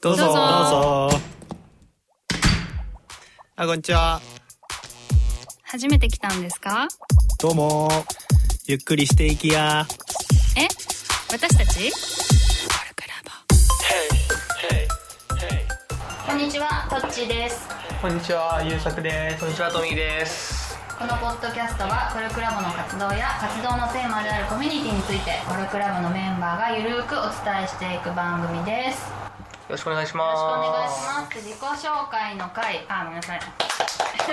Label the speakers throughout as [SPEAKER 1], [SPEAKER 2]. [SPEAKER 1] どうぞ
[SPEAKER 2] どうぞ
[SPEAKER 1] あこんにちは
[SPEAKER 2] 初めて来たんですか
[SPEAKER 1] どうもゆっくりしていきや
[SPEAKER 2] え私たちこんにちは、とっちです。
[SPEAKER 3] こんにちは、ゆうさくです。こんにちは、トミーです。
[SPEAKER 2] このポッドキャストはコルクラボの活動や活動のテーマであるコミュニティについてコルクラボのメンバーがゆるーくお伝えしていく番組です。
[SPEAKER 3] よろしくお願いし
[SPEAKER 2] よろしくお願い
[SPEAKER 3] ま
[SPEAKER 2] し
[SPEAKER 3] す。
[SPEAKER 2] ます。自己紹介の回、あ、ごめんなさい。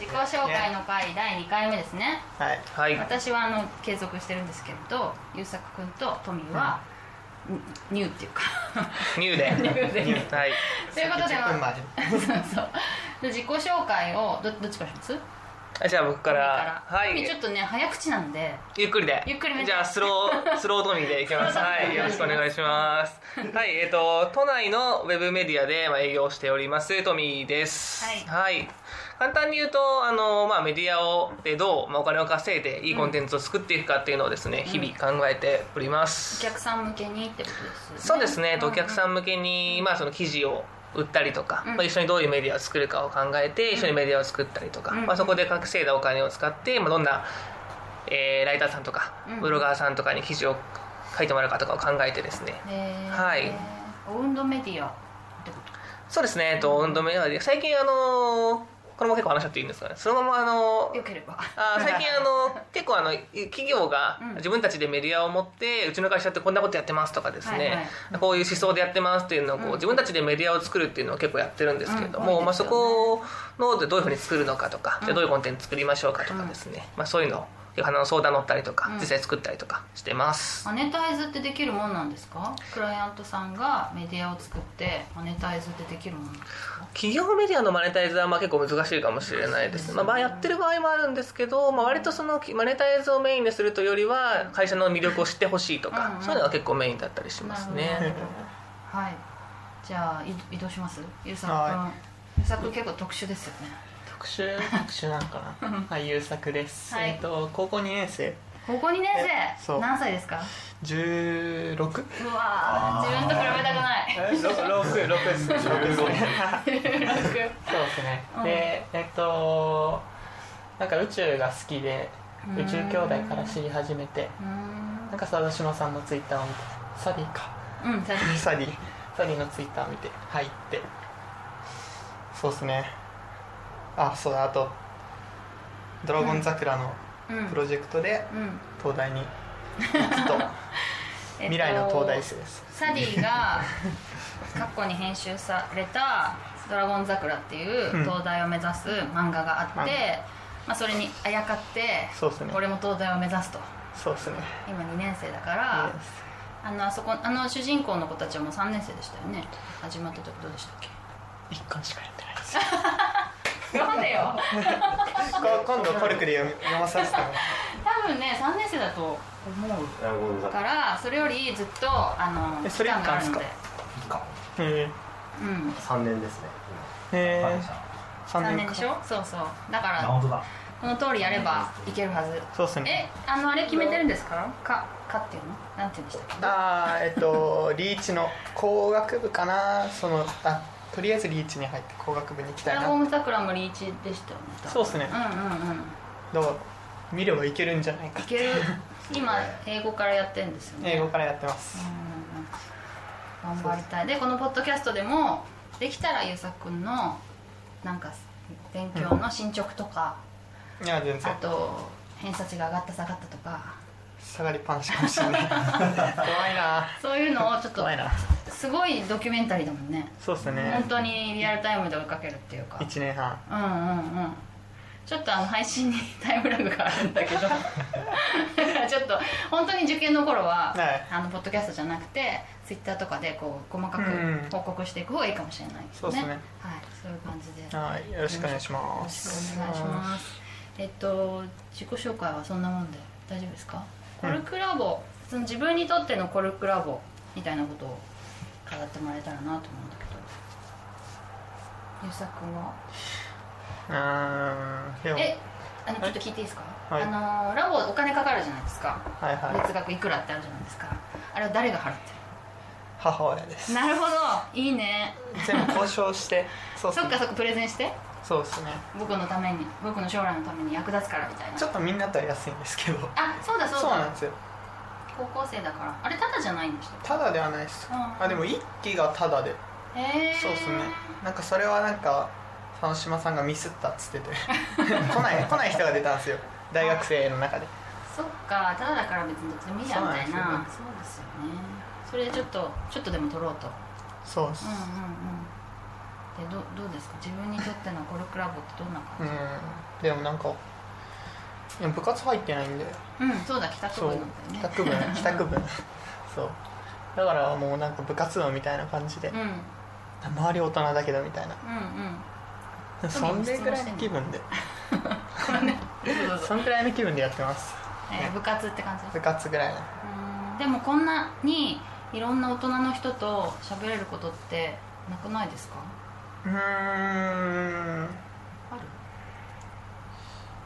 [SPEAKER 2] 自己紹介の回第2回目ですね。
[SPEAKER 4] はい、
[SPEAKER 3] はい。
[SPEAKER 2] 私はあの継続してるんですけれど、ゆうさくくんとトミーは、ニューっていう か
[SPEAKER 3] 入で。
[SPEAKER 2] 入で
[SPEAKER 3] はい。
[SPEAKER 2] ということで
[SPEAKER 4] 10分
[SPEAKER 2] まあ
[SPEAKER 4] まで
[SPEAKER 2] そう そうで自己紹介をどどっちからします
[SPEAKER 3] あじゃあ僕から。は
[SPEAKER 2] トミ
[SPEAKER 3] い
[SPEAKER 2] ーちょ。っとね早口なんで
[SPEAKER 3] ゆっくりで。
[SPEAKER 2] ゆっくりめで
[SPEAKER 3] じゃあ、ス ロー、スロートミーでいきます。
[SPEAKER 2] スロートミー
[SPEAKER 3] はい。よろしくお願いします。はい。えっと、都内のウェブメディアでまあ営業しております、トミーです。
[SPEAKER 2] はい
[SPEAKER 3] はい。簡単に言うと、あの、まあ、メディアを、でどう、まあ、お金を稼いで、いいコンテンツを作っていくかっていうのをですね、日々考えております。
[SPEAKER 2] お客さん向けにってことですよね
[SPEAKER 3] そうですね、えっとお客さ
[SPEAKER 2] ん
[SPEAKER 3] ん向けに、まあ、その記事を売ったりとか、
[SPEAKER 2] うん
[SPEAKER 3] まあ、一緒にどういうメディアを作るかを考えて、一緒にメディアを作ったりとか、
[SPEAKER 2] うん
[SPEAKER 3] まあ、そこで稼いだお金を使って、まあ、どんな、えーライターさんとか、
[SPEAKER 2] うん
[SPEAKER 3] ブロガーさんとかに記事を書いてもらうかとかを考えてですね
[SPEAKER 2] へー
[SPEAKER 3] はい
[SPEAKER 2] オウンドメディアってこと
[SPEAKER 3] そうですね、えっと運動メディア最近あのーこれも結構話しちゃっていいんですかねそのままあのー
[SPEAKER 2] よければ
[SPEAKER 3] あー最近 あの結構あのい企業が
[SPEAKER 2] うん
[SPEAKER 3] 自分たちでメディアを持って、うちの会社ってこんなことやってますとかですね、
[SPEAKER 2] はいはい
[SPEAKER 3] こういう思想でやってますっていうのをこう、
[SPEAKER 2] うん
[SPEAKER 3] 自分たちでメディアを作るっていうのを結構やってるんですけれども、
[SPEAKER 2] うん多い
[SPEAKER 3] ま
[SPEAKER 2] で
[SPEAKER 3] あ、
[SPEAKER 2] す
[SPEAKER 3] そ
[SPEAKER 2] よね
[SPEAKER 3] このでどういうふうに作るのかとか、
[SPEAKER 2] うん
[SPEAKER 3] じゃあどういうコンテンツ作りましょうかとかですね、まあ、そういうのを花の相談乗ったりとか、
[SPEAKER 2] うん
[SPEAKER 3] 実際作ったりとかしてます。
[SPEAKER 2] マネタイズってできるもんなんですかクライアントさんがメディアを作ってマネタイズってできるもんなんですか
[SPEAKER 3] 企業メディアのマネタイズはまあ結構難しいかもしれないですね、まあ、まあやってる場合もあるんですけど、まあ、割とそのきマネタイズをメインにするというよりは会社の魅力を知ってほしいとか、
[SPEAKER 2] うんうん
[SPEAKER 3] そういうのが結構メインだったりします
[SPEAKER 2] なる
[SPEAKER 3] ね
[SPEAKER 2] ほどはいじゃあい移動しますゆうさく
[SPEAKER 4] は
[SPEAKER 2] んゆうさくん結構特殊ですよね
[SPEAKER 4] 特集特集なのかなはい、ゆうさくです、
[SPEAKER 2] はい
[SPEAKER 4] えっと、高校2年生
[SPEAKER 2] 高校2年
[SPEAKER 4] え
[SPEAKER 2] 生
[SPEAKER 4] そう
[SPEAKER 2] 何歳ですか
[SPEAKER 4] 16?
[SPEAKER 2] うわー自分と比べたくない
[SPEAKER 4] え六六六ですね。六ですね。そうですね
[SPEAKER 2] う。ん
[SPEAKER 4] で、えっとなんか宇宙が好きで
[SPEAKER 2] うん
[SPEAKER 4] 宇宙兄弟から知り始めて、
[SPEAKER 2] うーん
[SPEAKER 4] なんか佐渡島さんのツイッターを見て、サディか、
[SPEAKER 2] うん最 初
[SPEAKER 4] サディ、サディのツイッターを見て入って、そうですね。あ、そうだあとドラゴン桜の
[SPEAKER 2] うん
[SPEAKER 4] プロジェクトで
[SPEAKER 2] うん
[SPEAKER 4] 東大に行く と
[SPEAKER 2] えっと
[SPEAKER 4] 未来の東大生です。
[SPEAKER 2] サディが過去に編集された「ドラゴン桜」っていう
[SPEAKER 4] うん
[SPEAKER 2] 東大を目指す漫画があって、
[SPEAKER 4] 漫画
[SPEAKER 2] まあ、それにあやかって
[SPEAKER 4] そうですね。
[SPEAKER 2] 俺も東大を目指すと
[SPEAKER 4] そうですね。
[SPEAKER 2] 今2年生だからあのあそこあの主人公の子たちはもう3年生でしたよね始まった時どうでしたっけ
[SPEAKER 4] 一巻しかやってないです。
[SPEAKER 2] 読んでよ
[SPEAKER 4] こ今度コルクで読み読まさせてもらう
[SPEAKER 2] 多分ね3年生だと思うからそれよりずっとあの
[SPEAKER 4] えそれ
[SPEAKER 2] 期間があるので
[SPEAKER 4] い へ
[SPEAKER 2] うん
[SPEAKER 5] 三年ですね。
[SPEAKER 4] えへえ3
[SPEAKER 2] 3年
[SPEAKER 4] 年
[SPEAKER 2] で
[SPEAKER 4] か
[SPEAKER 2] しょそうそうだか
[SPEAKER 5] あ
[SPEAKER 2] ら
[SPEAKER 5] 本当だ。
[SPEAKER 2] この通りやればいけるはず
[SPEAKER 4] そうですね
[SPEAKER 2] えあのあれ決めてるんですかかかっていうのなんて言うんでしたっ
[SPEAKER 4] あーえっとリーチの工学部かなそのあとりあえずリーチに入って工学部に行き
[SPEAKER 2] け
[SPEAKER 4] たい
[SPEAKER 2] ドラ
[SPEAKER 4] な
[SPEAKER 2] ゴン桜もリーチでしたよね多分
[SPEAKER 4] そうっすね
[SPEAKER 2] うんうんうん
[SPEAKER 4] どう見ればいけるんじゃないか
[SPEAKER 2] いける今英語からやってるんですよね
[SPEAKER 4] 英語からやってます
[SPEAKER 2] うんうんうん頑張りたいでこのポッドキャストでもできたらゆうさくんのなんか勉強の進捗とか、
[SPEAKER 4] いや全
[SPEAKER 2] あ
[SPEAKER 4] 然
[SPEAKER 2] と偏差値が上がった下がったとか
[SPEAKER 4] 下がりっぱなしかもしれ ない怖いな
[SPEAKER 2] そういうのをちょっと
[SPEAKER 4] 怖いな
[SPEAKER 2] すごいドキュメンタリーだもんね
[SPEAKER 4] そうですね
[SPEAKER 2] 本当にリアルタイムで追いかけるっていうか
[SPEAKER 4] 1年半
[SPEAKER 2] うんうんうんちょっとあの配信にタイムラグがあるん だけどだからちょっと本当に受験の頃は、
[SPEAKER 4] はい
[SPEAKER 2] あのポッドキャストじゃなくてツイッターとかでこう細か
[SPEAKER 4] うん
[SPEAKER 2] く報告していく方がいいかもしれないですね,、
[SPEAKER 4] そうっすね
[SPEAKER 2] はいそういう感じでよ
[SPEAKER 4] はいよろしくお願いしま
[SPEAKER 2] ろし
[SPEAKER 4] す
[SPEAKER 2] くお願いしますえっと自己紹介はそんなもんで大丈夫ですかコルクラボ、その自分にとってのコルクラボみたいなことを語ってもらえたらなと思うんだけどゆうさくんは
[SPEAKER 4] うーんでも
[SPEAKER 2] えあのちょっと聞いていいですか、
[SPEAKER 4] はい
[SPEAKER 2] あのーラボお金かかるじゃないですか
[SPEAKER 4] はいはい
[SPEAKER 2] 月額いくらってあるじゃないですかあれは誰が払ってる
[SPEAKER 4] 母親です
[SPEAKER 2] なるほどいいね
[SPEAKER 4] 全部交渉してそうっす
[SPEAKER 2] そっ
[SPEAKER 4] ね
[SPEAKER 2] かそっかプレゼンして
[SPEAKER 4] そうですね
[SPEAKER 2] 僕のために僕の将来のために役立つからみたいな
[SPEAKER 4] ちょっとみんなとは安いんですけど
[SPEAKER 2] あそうだそう
[SPEAKER 4] そうなん
[SPEAKER 2] だ
[SPEAKER 4] ですよ
[SPEAKER 2] 高校生だからあれただじゃないんでした
[SPEAKER 4] タダではないです
[SPEAKER 2] あ
[SPEAKER 4] あでも一期がタダで
[SPEAKER 2] へえ
[SPEAKER 4] そうですねなんかそれはなんか佐野島さんがミスったっつ ってて来ない来ない人が出たんですよ大学生の中で
[SPEAKER 2] そっかただだから別にどっちでもいいやみたい
[SPEAKER 4] そうなん
[SPEAKER 2] な
[SPEAKER 4] で
[SPEAKER 2] そうですよねそれちょっとちょっとでも取ろうと
[SPEAKER 4] そうです
[SPEAKER 2] うんうんうんでどどうですか自分にとってのコルクラボってどんな
[SPEAKER 4] う
[SPEAKER 2] 感
[SPEAKER 4] んでもなんかいや部活入ってないんで
[SPEAKER 2] じうん、そうだ帰宅部
[SPEAKER 4] そう
[SPEAKER 2] なんだよね
[SPEAKER 4] 帰 宅部帰宅部そうだからもうなんか部活動みたいな感じで
[SPEAKER 2] うんうん
[SPEAKER 4] 周り大人だけどみたいな
[SPEAKER 2] うん
[SPEAKER 4] そんでくらいの気分で
[SPEAKER 2] これねどうぞどう ぞ
[SPEAKER 4] そんくらいの気分でやってます
[SPEAKER 2] えー部活って感じ
[SPEAKER 4] 部活ぐらいの
[SPEAKER 2] うんでもこんなにいろんな大人の人と喋れることってなくないですか
[SPEAKER 4] うーん
[SPEAKER 2] ある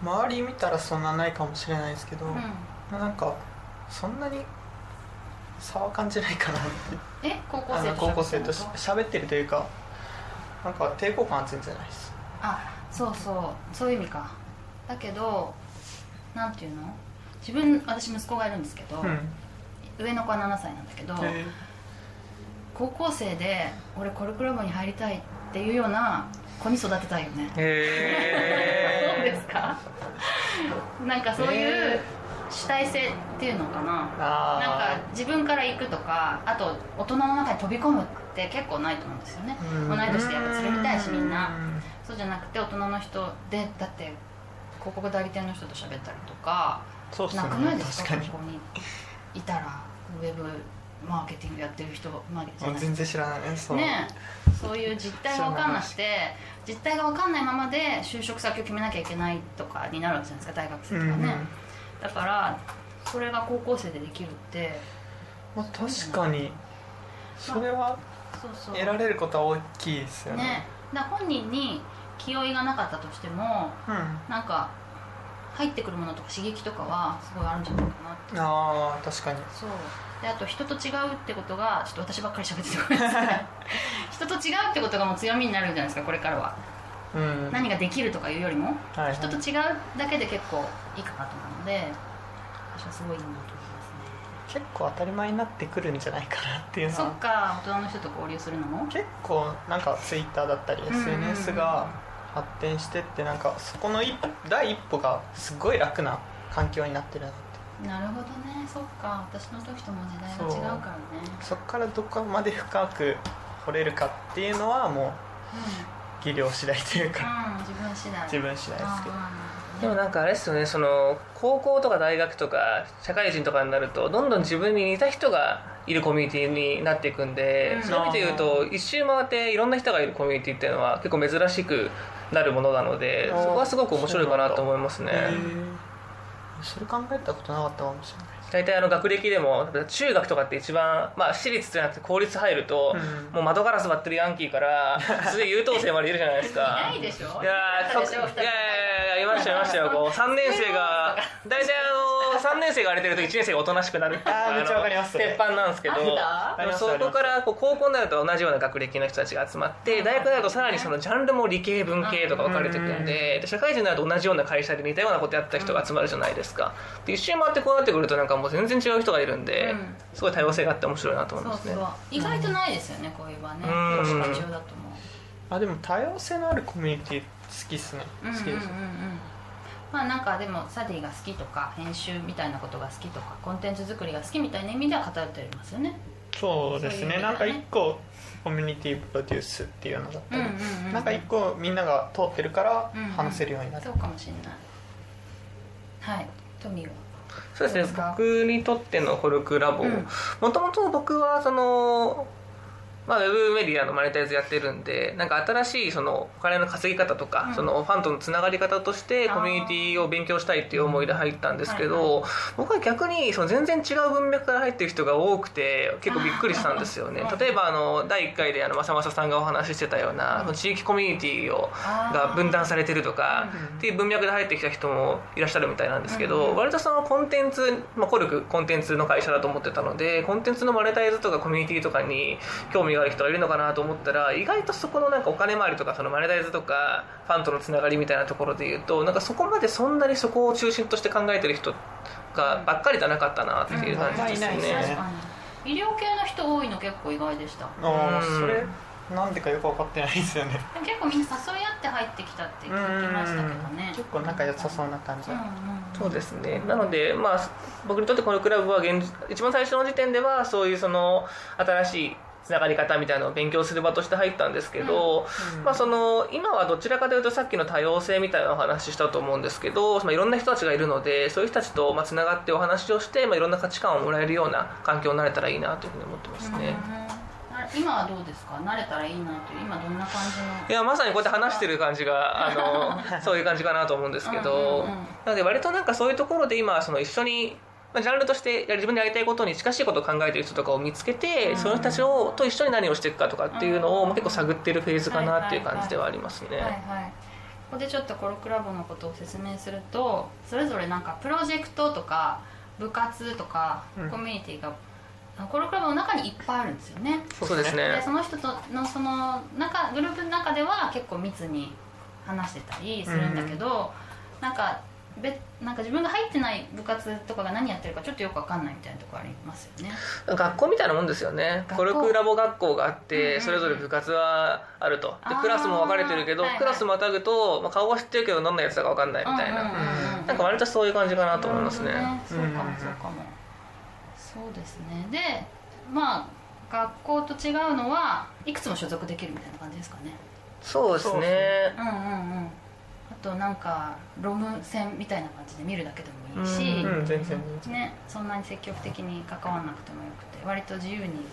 [SPEAKER 4] 周り見たらそんなないかもしれないですけど、
[SPEAKER 2] うん
[SPEAKER 4] なんかそんなに差は感じないかなって
[SPEAKER 2] え高校
[SPEAKER 4] あ
[SPEAKER 2] 生
[SPEAKER 4] の
[SPEAKER 2] と
[SPEAKER 4] 高校生と
[SPEAKER 2] 喋って
[SPEAKER 4] し
[SPEAKER 2] るの
[SPEAKER 4] 喋ってるというかなんか抵抗感は全然ないです
[SPEAKER 2] あそうそうそういう意味かだけどなんていうの自分私息子がいるんですけど、
[SPEAKER 4] うん
[SPEAKER 2] 上の子は7歳なんだけど、
[SPEAKER 4] え
[SPEAKER 2] 高校生で俺コルクラボに入りたいっていうような子に育てたいよね
[SPEAKER 3] へ
[SPEAKER 2] そうですかなんかそういう主体性っていうのかな、なん
[SPEAKER 4] あ
[SPEAKER 2] か自分から行くとかあと大人の中に飛び込むって結構ないと思うんですよね
[SPEAKER 4] ーうん
[SPEAKER 2] 同い年でやっぱ連れみたいしみんな
[SPEAKER 4] うん
[SPEAKER 2] そうじゃなくて大人の人でだって広告代理店の人と喋ったりとか
[SPEAKER 4] そうっすね
[SPEAKER 2] なくないですか
[SPEAKER 4] 確かに
[SPEAKER 2] ここにいたらウェブマーケティングやってる人までじゃ
[SPEAKER 4] もう
[SPEAKER 2] ない
[SPEAKER 4] 全然知らないねそう
[SPEAKER 2] ねえそういう実態が分かんなくて実態が分かんないままで就職先を決めなきゃいけないとかになるわけじゃないですか大学生
[SPEAKER 4] う
[SPEAKER 2] と
[SPEAKER 4] ん
[SPEAKER 2] か
[SPEAKER 4] う
[SPEAKER 2] ね、
[SPEAKER 4] ん
[SPEAKER 2] だからそれが高校生でできるって
[SPEAKER 4] まあ、確かにそれは
[SPEAKER 2] そうそう
[SPEAKER 4] 得られることは大きいですよね
[SPEAKER 2] ねだから本人に気負いがなかったとしても
[SPEAKER 4] うん
[SPEAKER 2] なんか入ってくるものとか刺激とかはすごいあるんじゃないかなって
[SPEAKER 4] ああ確かに
[SPEAKER 2] そうであと人と違うってことがちょっと私ばっかり喋っててごめんなさい 人と違うってことがもう強みになるんじゃないですかこれからは、
[SPEAKER 4] うん
[SPEAKER 2] 何ができるとかいうよりも
[SPEAKER 4] はい
[SPEAKER 2] 人と違うだけで結構いいかなと思うので私はすごいいいなと思いますね
[SPEAKER 4] 結構当たり前になってくるんじゃないかなっていうの
[SPEAKER 2] そ
[SPEAKER 4] は
[SPEAKER 2] っか大人の人と交流するのも
[SPEAKER 4] 結構なんかツイッターだったり
[SPEAKER 2] んうん
[SPEAKER 4] SNS が発展してってなんかそこの一第一歩がすごい楽な環境になってるなって
[SPEAKER 2] なるほどねそっか私の時とも時代が違うからね
[SPEAKER 4] そこからどこまで深く掘れるかっていうのはも
[SPEAKER 2] うん
[SPEAKER 4] う技量次第というか
[SPEAKER 2] うん、自分次第
[SPEAKER 4] 自分次第ですけど
[SPEAKER 3] でもなんかあれですよねその高校とか大学とか社会人とかになるとどんどん自分に似た人がいるコミュニティになっていくんで、
[SPEAKER 2] うん
[SPEAKER 3] そういう意味で言うと一周回っていろんな人がいるコミュニティっていうのは結構珍しくなるものなのでそ
[SPEAKER 4] あー
[SPEAKER 3] こはすごく面白いかなと思いますね
[SPEAKER 4] へーそれ考えたことなかったかもしれない
[SPEAKER 3] 大体あの学歴でも中学とかって一番、まあ、私立じゃなくて公立入ると、
[SPEAKER 4] うん
[SPEAKER 3] もう窓ガラス割ってるヤンキーからすげえ優等生までいるじゃないですか
[SPEAKER 2] ないでしょ
[SPEAKER 3] いやー
[SPEAKER 2] いなかった
[SPEAKER 3] と
[SPEAKER 2] でしょ二人
[SPEAKER 3] いやいやいやいましたよいましたよこう3年生が大体あの3年生が荒れてると1年生がおとなしくなるっていう
[SPEAKER 4] あーめっちゃわかりますそれ
[SPEAKER 3] 鉄板なんですけど
[SPEAKER 2] あ
[SPEAKER 4] った
[SPEAKER 3] でもそこからこう高校になると同じような学歴の人たちが集まって大学になるとさらにそのジャンルも理系文系とか分かれてくんでで社会人になると同じような会社で似たようなことやってた人が集まるじゃないですかで一周回ってこうなってくるとなんかもう全然違う人がいるんで
[SPEAKER 2] うん
[SPEAKER 3] すごい多様性があって面白いなと思い
[SPEAKER 2] そう
[SPEAKER 3] ます
[SPEAKER 2] そう
[SPEAKER 3] ね。
[SPEAKER 2] 意外とないですよねこういう場ね
[SPEAKER 3] うん
[SPEAKER 2] 確かに中だと思
[SPEAKER 4] あでも多様性のあるコミュニティ好きっすね
[SPEAKER 2] う
[SPEAKER 4] 好き
[SPEAKER 2] うん
[SPEAKER 4] で
[SPEAKER 2] うんうん
[SPEAKER 4] す
[SPEAKER 2] うんまあなんかでもサディが好きとか編集みたいなことが好きとかコンテンツ作りが好きみたいな意味では偏ってますよね
[SPEAKER 4] そうです
[SPEAKER 2] そういう
[SPEAKER 4] ね
[SPEAKER 2] 意味で
[SPEAKER 4] なんか
[SPEAKER 2] ね
[SPEAKER 4] 一個コミュニティプロデュースっていうのだった
[SPEAKER 2] うん
[SPEAKER 4] り
[SPEAKER 2] うんうん
[SPEAKER 4] なんか一個みんなが通ってるから
[SPEAKER 2] うんうん
[SPEAKER 4] 話せるようになる
[SPEAKER 2] そうかもしれないはいトミーは
[SPEAKER 3] そうです
[SPEAKER 2] どうです
[SPEAKER 3] ね
[SPEAKER 2] か
[SPEAKER 3] 僕にとってのコルクラボ
[SPEAKER 2] うん
[SPEAKER 3] もともと僕はそのまあ、ウェブメディアのマネタイズやってるんでなんか新しいそのお金の稼ぎ方とか、
[SPEAKER 2] うん
[SPEAKER 3] そのファンとのつながり方として
[SPEAKER 2] あー
[SPEAKER 3] コミュニティを勉強したいっていう思いで入ったんですけ
[SPEAKER 2] はい
[SPEAKER 3] ど、僕は逆にその全然違う文脈から入ってる人が多くて結構びっくりしたんです よね
[SPEAKER 2] あー
[SPEAKER 3] 例えばあの第1回であのまさまささんがお話ししてたような、その地域コミュニティを
[SPEAKER 2] あー
[SPEAKER 3] が分断されてるとかっていう文脈で入ってきた人もいらっしゃるみたいなんですけど、
[SPEAKER 2] うん
[SPEAKER 3] 割とそのコンテンツ、まあ、コルクコンテンツの会社だと思ってたのでコンテンツのマネタイズとかコミュニティとかに興味がある人がいるのかなと思ったら意外とそこのなんかお金回りとかそのマネタイズとかファンとのつながりみたいなところで言うとなんかそこまでそんなにそこを中心として考えてる人がばっかりじゃなかったなっていう感じですよ
[SPEAKER 4] うん
[SPEAKER 3] ね。
[SPEAKER 2] 確かに医療系の人多いの結構意外でした
[SPEAKER 4] ああ
[SPEAKER 3] うん
[SPEAKER 4] それなんでかよく分かってないですよね
[SPEAKER 2] でも結構みんな誘い合って入ってきたって聞きましたけどね
[SPEAKER 4] 結構仲良さそうな感じ、
[SPEAKER 2] うんうん
[SPEAKER 3] そうですねなので、まあ、僕にとってこのクラブは現一番最初の時点ではそういうその新しいつながり方みたいなのを勉強する場として入ったんですけど、まあ、その今はどちらかというとさっきの多様性みたいなお話したと思うんですけど、まあ、いろんな人たちがいるのでそういう人たちとまあつながってお話をして、まあ、いろんな価値観をもらえるような環境になれたらいいなというふうに思ってます
[SPEAKER 2] うん
[SPEAKER 3] ね。
[SPEAKER 2] あ今はどうですか慣れたらいいなという今どんな感じの
[SPEAKER 3] いやまさにこうやって話してる感じが あのそういう感じかなと思うんですけど、
[SPEAKER 2] うんうんうん
[SPEAKER 3] なので割となんかそういうところで今その一緒に、まあ、ジャンルとしてやり自分でやりたいことに近しいことを考えてる人とかを見つけて、
[SPEAKER 2] うん
[SPEAKER 3] その人たちをと一緒に何をしていくかとかっていうのを、
[SPEAKER 2] うん
[SPEAKER 3] まあ結構探ってるフェーズかなっていう感じではありますね。
[SPEAKER 2] はいはいここでちょっとコロクラブのことを説明するとそれぞれなんかプロジェクトとか部活とか
[SPEAKER 4] うん
[SPEAKER 2] コミュニティが、コロクラブの中にいっぱいあるんですよね
[SPEAKER 3] そうです
[SPEAKER 2] で
[SPEAKER 3] ね
[SPEAKER 2] その人とのその中グループの中では結構密に話してたりするんだけど、なんかべなんか自分が入ってない部活とかが何やってるかちょっとよく分かんないみたいなとこありますよね
[SPEAKER 3] 学校みたいなもんですよねコ
[SPEAKER 2] 学校
[SPEAKER 3] ルクラボ学校があっ
[SPEAKER 2] うんうんう
[SPEAKER 3] て
[SPEAKER 2] ん
[SPEAKER 3] それぞれ部活はあるとで
[SPEAKER 2] あー
[SPEAKER 3] クラスも分かれてるけど
[SPEAKER 2] はいはい
[SPEAKER 3] クラスまたぐと、まあ、顔は知ってるけど何のやつだか分かんないみたいな、
[SPEAKER 2] うんうんうんうん
[SPEAKER 3] なんか割とそういう感じかなと思いますね。
[SPEAKER 2] なるほどねそ
[SPEAKER 4] うん
[SPEAKER 2] うか
[SPEAKER 4] うんうん
[SPEAKER 2] もそうかも、そうですねでまあ学校と違うのはいくつも所属できるみたいな感じですかね
[SPEAKER 3] そうです
[SPEAKER 4] そうで
[SPEAKER 3] ね
[SPEAKER 2] うんうんうんあとなんかロム線みたいな感じで見るだけでもいいし、
[SPEAKER 3] うん
[SPEAKER 4] うん全然
[SPEAKER 2] ね、そんなに積極的に関わらなくてもよくて割と自由に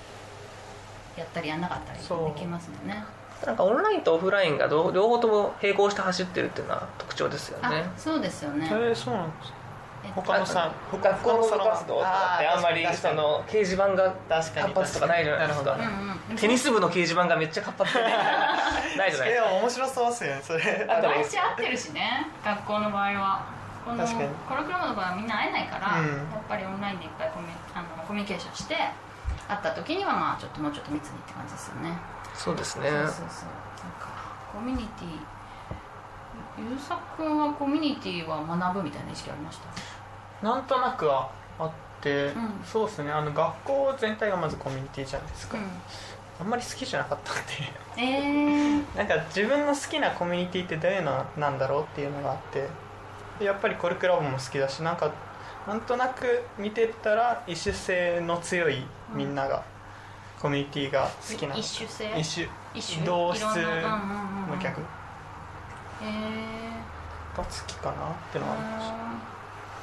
[SPEAKER 2] やったりやんなかったり
[SPEAKER 4] そう
[SPEAKER 2] できますもんね
[SPEAKER 3] なんかオンラインとオフラインがどう両方とも並行して走ってるっていうのは特徴ですよね
[SPEAKER 2] あそうですよね、
[SPEAKER 4] えー、そうなんですか
[SPEAKER 2] えっと
[SPEAKER 4] 他のさ
[SPEAKER 3] 学校の部活動とかってあんまり
[SPEAKER 4] 確か
[SPEAKER 3] そ
[SPEAKER 4] に
[SPEAKER 3] の掲示板が
[SPEAKER 4] 確かに
[SPEAKER 3] 活発とかないじゃないです
[SPEAKER 4] な
[SPEAKER 3] か
[SPEAKER 4] るほ
[SPEAKER 2] うんうん
[SPEAKER 3] テニス部の掲示板がめっちゃ 活発でないじゃない
[SPEAKER 4] え
[SPEAKER 3] で
[SPEAKER 4] で
[SPEAKER 3] すか
[SPEAKER 4] も面白そうっすよねそれ
[SPEAKER 3] あったらいい
[SPEAKER 2] 毎
[SPEAKER 3] です
[SPEAKER 2] 日会ってるしね学校の場合はこの
[SPEAKER 4] 確かに
[SPEAKER 2] コロクラブの場合はみんな会えないから、
[SPEAKER 4] うん
[SPEAKER 2] やっぱりオンラインでいっぱいコミュあのコミュニケーションして会った時にはまあちょっともうちょっと密にって感じですよね、
[SPEAKER 3] そうですね
[SPEAKER 2] そうそうそうなんかコミュニティゆうさくんはコミュニティは学ぶみたいな意識ありました
[SPEAKER 4] なんとなくはあって、
[SPEAKER 2] うん
[SPEAKER 4] そうですねあの学校全体がまずコミュニティじゃないですか、あんまり好きじゃなかったんで
[SPEAKER 2] うん、えー、
[SPEAKER 4] なんか自分の好きなコミュニティってどういうのなんだろうっていうのがあってでやっぱりコルクラボも好きだしなんかなんとなく見てたら一種性の強いみんなが、コミュニティが好きな
[SPEAKER 2] 一種性
[SPEAKER 4] 一種
[SPEAKER 2] 一種
[SPEAKER 4] 同質
[SPEAKER 2] いろんなうんうんうん
[SPEAKER 4] の客
[SPEAKER 2] えー
[SPEAKER 4] が好きかなってのはありました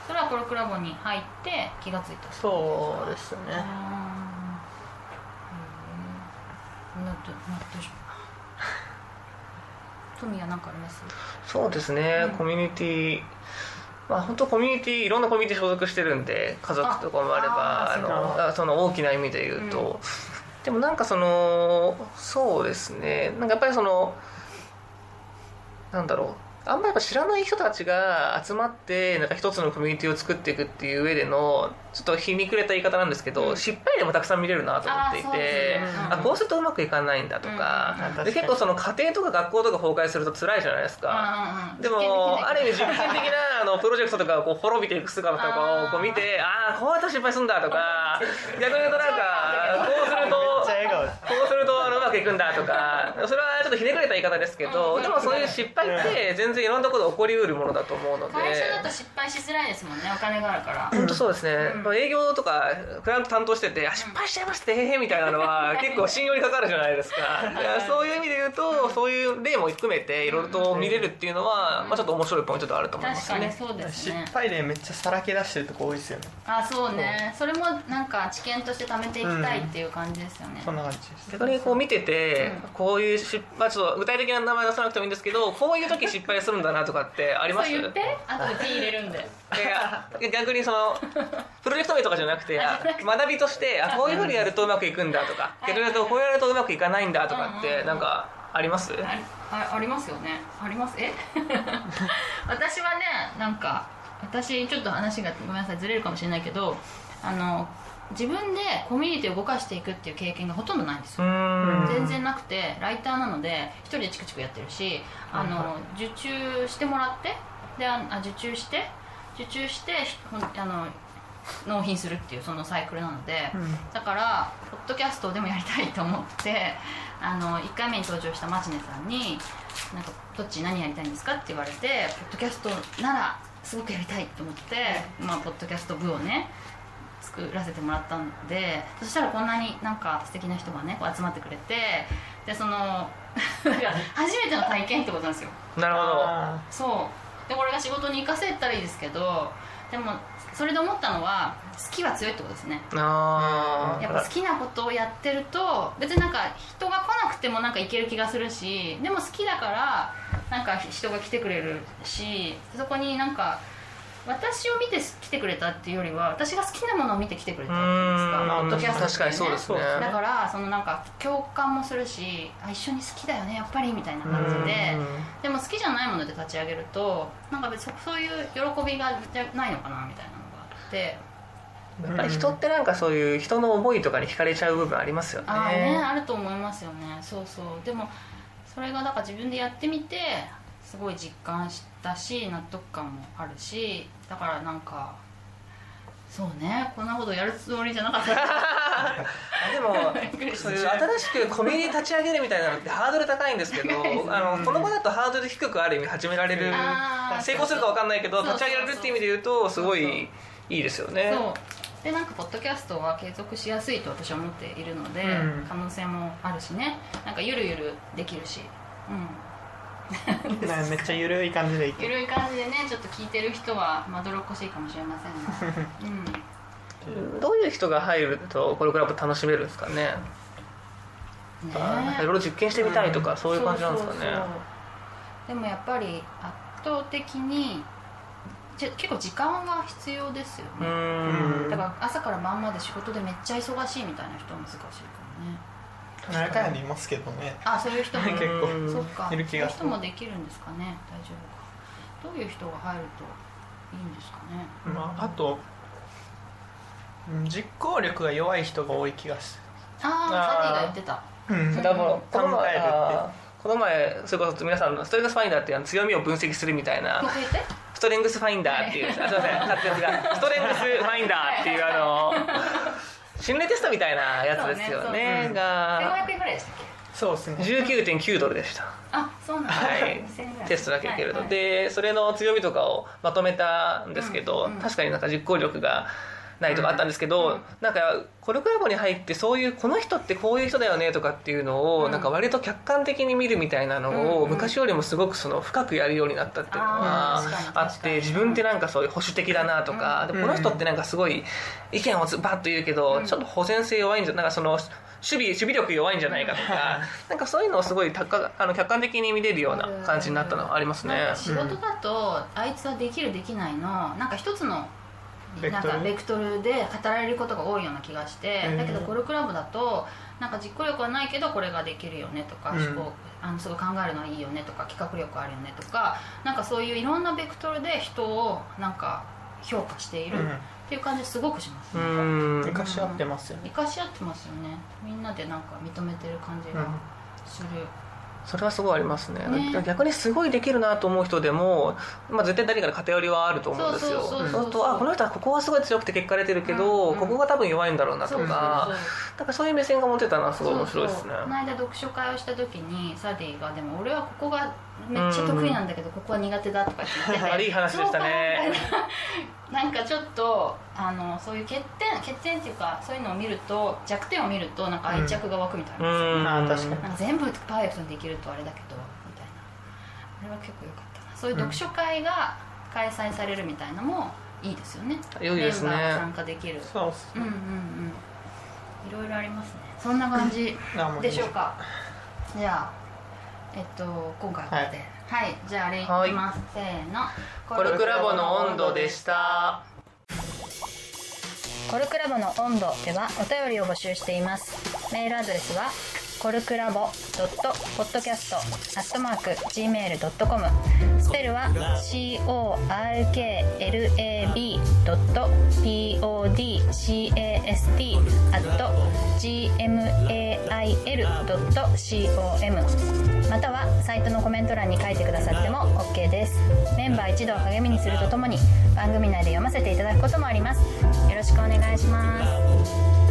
[SPEAKER 2] それはコロクラボに入って気がついた
[SPEAKER 4] そうですね
[SPEAKER 2] うんうんなっとなっとしトミヤなんかあります
[SPEAKER 3] そうですね、
[SPEAKER 2] うん
[SPEAKER 3] コミュニティまあ本当コミュニティいろんなコミュニティ所属してるんで家族とかもあれば
[SPEAKER 2] あ
[SPEAKER 3] あ
[SPEAKER 2] あー
[SPEAKER 4] そう
[SPEAKER 3] のあその大きな意味で言うと、でもなんかそのそうですねなんかやっぱりそのなんだろうあんまやっぱ知らない人たちが集まってなんか一つのコミュニティを作っていくっていう上でのちょっとひにくれた言い方なんですけど、
[SPEAKER 2] うん
[SPEAKER 3] 失敗でもたくさん見れるなと思ってい
[SPEAKER 2] あーそうで
[SPEAKER 3] て
[SPEAKER 2] すね
[SPEAKER 3] あこうするとうまくいかないんだとか,、
[SPEAKER 4] うんうん
[SPEAKER 3] で結構その家庭とか学校とか崩壊すると辛いじゃないですか。
[SPEAKER 2] あ
[SPEAKER 3] でもある意味実験的なあのプロジェクトとかをこう滅びていく姿とかをこう見てああーこうや ったら失敗するんだとか逆に言うとなんかこうする
[SPEAKER 4] めっちゃ
[SPEAKER 3] と
[SPEAKER 4] 笑顔です
[SPEAKER 3] こうするとあのうままくいくんだとかそれはちょっとひねくれた言い方ですけどでもそういう失敗って全然いろんなこと起こりうるものだと思うので
[SPEAKER 2] 会社だと失敗しづらいですもんねお金があるから
[SPEAKER 3] 本当そうですね、
[SPEAKER 2] うん
[SPEAKER 3] まあ、営業とかクライアント担当してて「あ失敗しちゃいましてへへ」みたいなの は結構信用にかかるじゃないですかだからそういう意味で言うとそういう例も含めていろいろと見れるっていうのは、まあ、ちょっと面白いポイントではあると思いま
[SPEAKER 2] 確
[SPEAKER 3] す
[SPEAKER 2] かに
[SPEAKER 3] ね
[SPEAKER 2] そうです
[SPEAKER 4] 失
[SPEAKER 2] ね
[SPEAKER 4] 敗例めっちゃさらけ出してるとこ多いですよね
[SPEAKER 2] あそうねそれもなんか知見として貯めていきたいっていう感じですよね、
[SPEAKER 4] そんな感じです
[SPEAKER 3] 逆にこう見ててこういう失敗、まあ、ちょっと具体的な名前出さなくてもいいんですけどこういう時失敗するんだなとかってありま
[SPEAKER 2] そう
[SPEAKER 3] す
[SPEAKER 2] 言ってあと T 入れるんで
[SPEAKER 3] いやいや逆にそのプロジェクト名とかじゃなくてあ学びとしてあこういうふうにやるとうまくいくんだとか逆に言うとこうやるとうまくいかないんだとかっ
[SPEAKER 2] うんうんう
[SPEAKER 3] て
[SPEAKER 2] ん
[SPEAKER 3] なんかあります
[SPEAKER 2] ああありますよねありますえ 私はねなんか私ちょっと話がごめんなさいずれるかもしれないけどあの自分でコミュニティを動かしていくっていう経験がほとんどないんです
[SPEAKER 3] う
[SPEAKER 2] よ
[SPEAKER 3] ーん
[SPEAKER 2] 全然なくてライターなので一人でチクチクやってるしあの、受注してもらってでああ受注して受注してひほんあの納品するっていうそのサイクルなので、だからポッドキャストでもやりたいと思ってあの1回目に登場したマチネさんに「なんかどっち何やりたいんですか?」って言われてポッドキャストならすごくやりたいと思って、まあ、ポッドキャスト部をね作らせてもらったんでそしたらこんなになんか素敵な人がねこう集まってくれてでその だから初めての体験ってことなんですよ
[SPEAKER 3] なるほど
[SPEAKER 4] あ
[SPEAKER 2] そうでこれが仕事に活かせたらいいですけどでもそれで思ったのは好きは強いってことですね
[SPEAKER 3] あー
[SPEAKER 2] やっぱ好きなことをやってると別になんか人が来なくてもなんかいける気がするしでも好きだからなんか人が来てくれるしそこになんか私を見て来てくれたっていうよりは私が好きなものを見て来てくれたっていうんです
[SPEAKER 3] うーん
[SPEAKER 2] かポッドキャストっていね
[SPEAKER 3] 確かにそうですね
[SPEAKER 2] だからそのなんか共感もするしあ一緒に好きだよねやっぱりみたいな感じででも好きじゃないもので立ち上げるとなんか別にそういう喜びがじゃないのかなみたいなのがあって。
[SPEAKER 3] やっぱり人ってなんかそういう人の思いとかに惹かれちゃう部分ありますよね
[SPEAKER 2] ああねあると思いますよねそうそうでもそれがだから自分でやってみてすごい実感したし納得感もあるしだからなんかそうねこんなことやるつもりじゃなかった
[SPEAKER 3] でもそういう新しくコミュニティ立ち上げるみたいなのってハードル高いんですけど僕あのこの場だとハードル低くある意味始められる
[SPEAKER 2] あー
[SPEAKER 3] 成功するか分かんないけど
[SPEAKER 2] そうそう
[SPEAKER 3] 立ち上げられるっていう意味で言うとすご
[SPEAKER 2] そうそう
[SPEAKER 3] いいいですよね
[SPEAKER 2] そうでなんかポッドキャストは継続しやすいと私は思っているので、
[SPEAKER 4] うん
[SPEAKER 2] 可能性もあるしねなんかゆるゆるできるしうん
[SPEAKER 4] ーなんかめっちゃ緩い感じでいけ
[SPEAKER 2] ゆ
[SPEAKER 4] る
[SPEAKER 2] るい感じでねちょっと聞いてる人はまどろっこしいかもしれませんが、うん
[SPEAKER 3] どういう人が入るとこれクラブ楽しめるんですかね
[SPEAKER 2] ね
[SPEAKER 3] あーなんかいろいろ実験してみたいとかそういう感じなんですかね
[SPEAKER 2] そうそうそうでもやっぱり圧倒的にじゃ結構時間が必要ですよ
[SPEAKER 3] う
[SPEAKER 2] ね、
[SPEAKER 3] ーん
[SPEAKER 2] だから朝から晩まで仕事でめっちゃ忙しいみたいな人は難しいかもね
[SPEAKER 4] 何回もいますけどね
[SPEAKER 2] あそういう人 も
[SPEAKER 4] 結構
[SPEAKER 3] うん
[SPEAKER 2] そっか
[SPEAKER 4] いる気がする
[SPEAKER 2] そういう人もできるんですかね大丈夫かどういう人が入るといいんですかね
[SPEAKER 4] まああとうん実行力が弱い人が多い気がす
[SPEAKER 2] ああサディが言ってた
[SPEAKER 4] るうん
[SPEAKER 3] だからこの
[SPEAKER 4] 考え
[SPEAKER 3] 前
[SPEAKER 4] るって
[SPEAKER 3] あーこの前それこそ皆さんのストレングスファインダーっていうあの強みを分析するみたいな
[SPEAKER 2] もう一回言って
[SPEAKER 3] ストレングスファインダーっていう、あすみません、勝手ですが、ストレングスファインダーっていう、あの。心理テストみたいなやつですよ
[SPEAKER 2] そう
[SPEAKER 3] ね、
[SPEAKER 2] ねそう
[SPEAKER 3] が。
[SPEAKER 2] 1500円ぐらいでしたっけ
[SPEAKER 4] そうですね
[SPEAKER 3] 19.9ドルでした、
[SPEAKER 2] あそうなんだ、
[SPEAKER 3] はい
[SPEAKER 2] 2000円ぐら、い
[SPEAKER 3] テストだけ受けると、
[SPEAKER 2] はいはい
[SPEAKER 3] でそれの強みとかをまとめたんですけど、
[SPEAKER 2] うんうん
[SPEAKER 3] 確かになんか実行力がないとかあったんですけど、なんかコルクラボに入ってそういうこの人ってこういう人だよねとかっていうのを、
[SPEAKER 2] うん
[SPEAKER 3] なんか割と客観的に見るみたいなのを、
[SPEAKER 2] うん
[SPEAKER 3] 昔よりもすごくその深くやるようになったっていうのは
[SPEAKER 2] あー確かに
[SPEAKER 3] あって自分ってなんかそういう保守的だなとか、
[SPEAKER 4] ん
[SPEAKER 3] でこの人ってなんかすごい意見をずバッと言うけど、
[SPEAKER 2] ん
[SPEAKER 3] ちょっと保全性弱いんじゃなんかその守備守備力弱いんじゃないかとか、なんかそういうのをすごいたかあの客観的に見れるような感じになったのはありますね。
[SPEAKER 2] なんか仕事だと、あいつはできるできないのなんか一つの
[SPEAKER 4] ベ
[SPEAKER 2] な
[SPEAKER 4] ク
[SPEAKER 2] ん
[SPEAKER 4] トル
[SPEAKER 2] かベクトルで語られることが多いような気がして、
[SPEAKER 4] うん
[SPEAKER 2] だけどゴルフクラブだとなんか実行力はないけどこれができるよねとか、
[SPEAKER 4] うん
[SPEAKER 2] 思考あのすごい考えるのはいいよねとか企画力あるよねとかなんかそういういろんなベクトルで人をなんか評価しているっていう感じすごくします
[SPEAKER 3] う
[SPEAKER 2] ね、
[SPEAKER 3] ん
[SPEAKER 4] 生かし合ってますよ
[SPEAKER 2] 生
[SPEAKER 4] ね
[SPEAKER 2] かし合ってますよねみんなでなんか認めてる感じがする、
[SPEAKER 3] それはすごいありますね
[SPEAKER 2] ね
[SPEAKER 3] 逆にすごいできるなと思う人でも、まあ、絶対何かの偏りはあると思うんですよ
[SPEAKER 2] そうそうそうそう
[SPEAKER 3] そうするとあこの人はここはすごい強くて結果出てるけど、
[SPEAKER 2] うん
[SPEAKER 3] ここが多分弱いんだろうなと
[SPEAKER 2] そうそうそう
[SPEAKER 3] かなんかそういう目線が持てたのはすごい面白いですね
[SPEAKER 2] そうそうこの間読書会をした時にサディが「でも俺はここがめっちゃ得意なんだけどここは苦手だ」とかって言ってて
[SPEAKER 3] 悪い話でしたね
[SPEAKER 2] なんかちょっとあのそういう欠点欠点っていうかそういうのを見ると弱点を見るとなんか愛着が湧くみたいなんですよ、
[SPEAKER 3] うん
[SPEAKER 4] あー確かに
[SPEAKER 2] なんか全部パーフェクトにできるとあれだけどみたいなあれは結構良かったなそういう読書会が開催されるみたいのもいいですよね、
[SPEAKER 3] 良いですね
[SPEAKER 2] メンバーが参加できる
[SPEAKER 4] そうっす
[SPEAKER 2] うんうんうんいろいろありますねそんな感じ
[SPEAKER 4] あもういい
[SPEAKER 2] でしょうかじゃあえっと今回はこれではい、じゃああれいきます、せーの
[SPEAKER 3] コルクラボの温度でした
[SPEAKER 2] コルクラボの温度ではお便りを募集していますメールアドレスはコルクラボ .podcast.gmail.com スペルは corklab.podcast.gmail.com またはサイトのコメント欄に書いてくださっても OK ですメンバー一同を励みにするとともに番組内で読ませていただくこともありますよろしくお願いします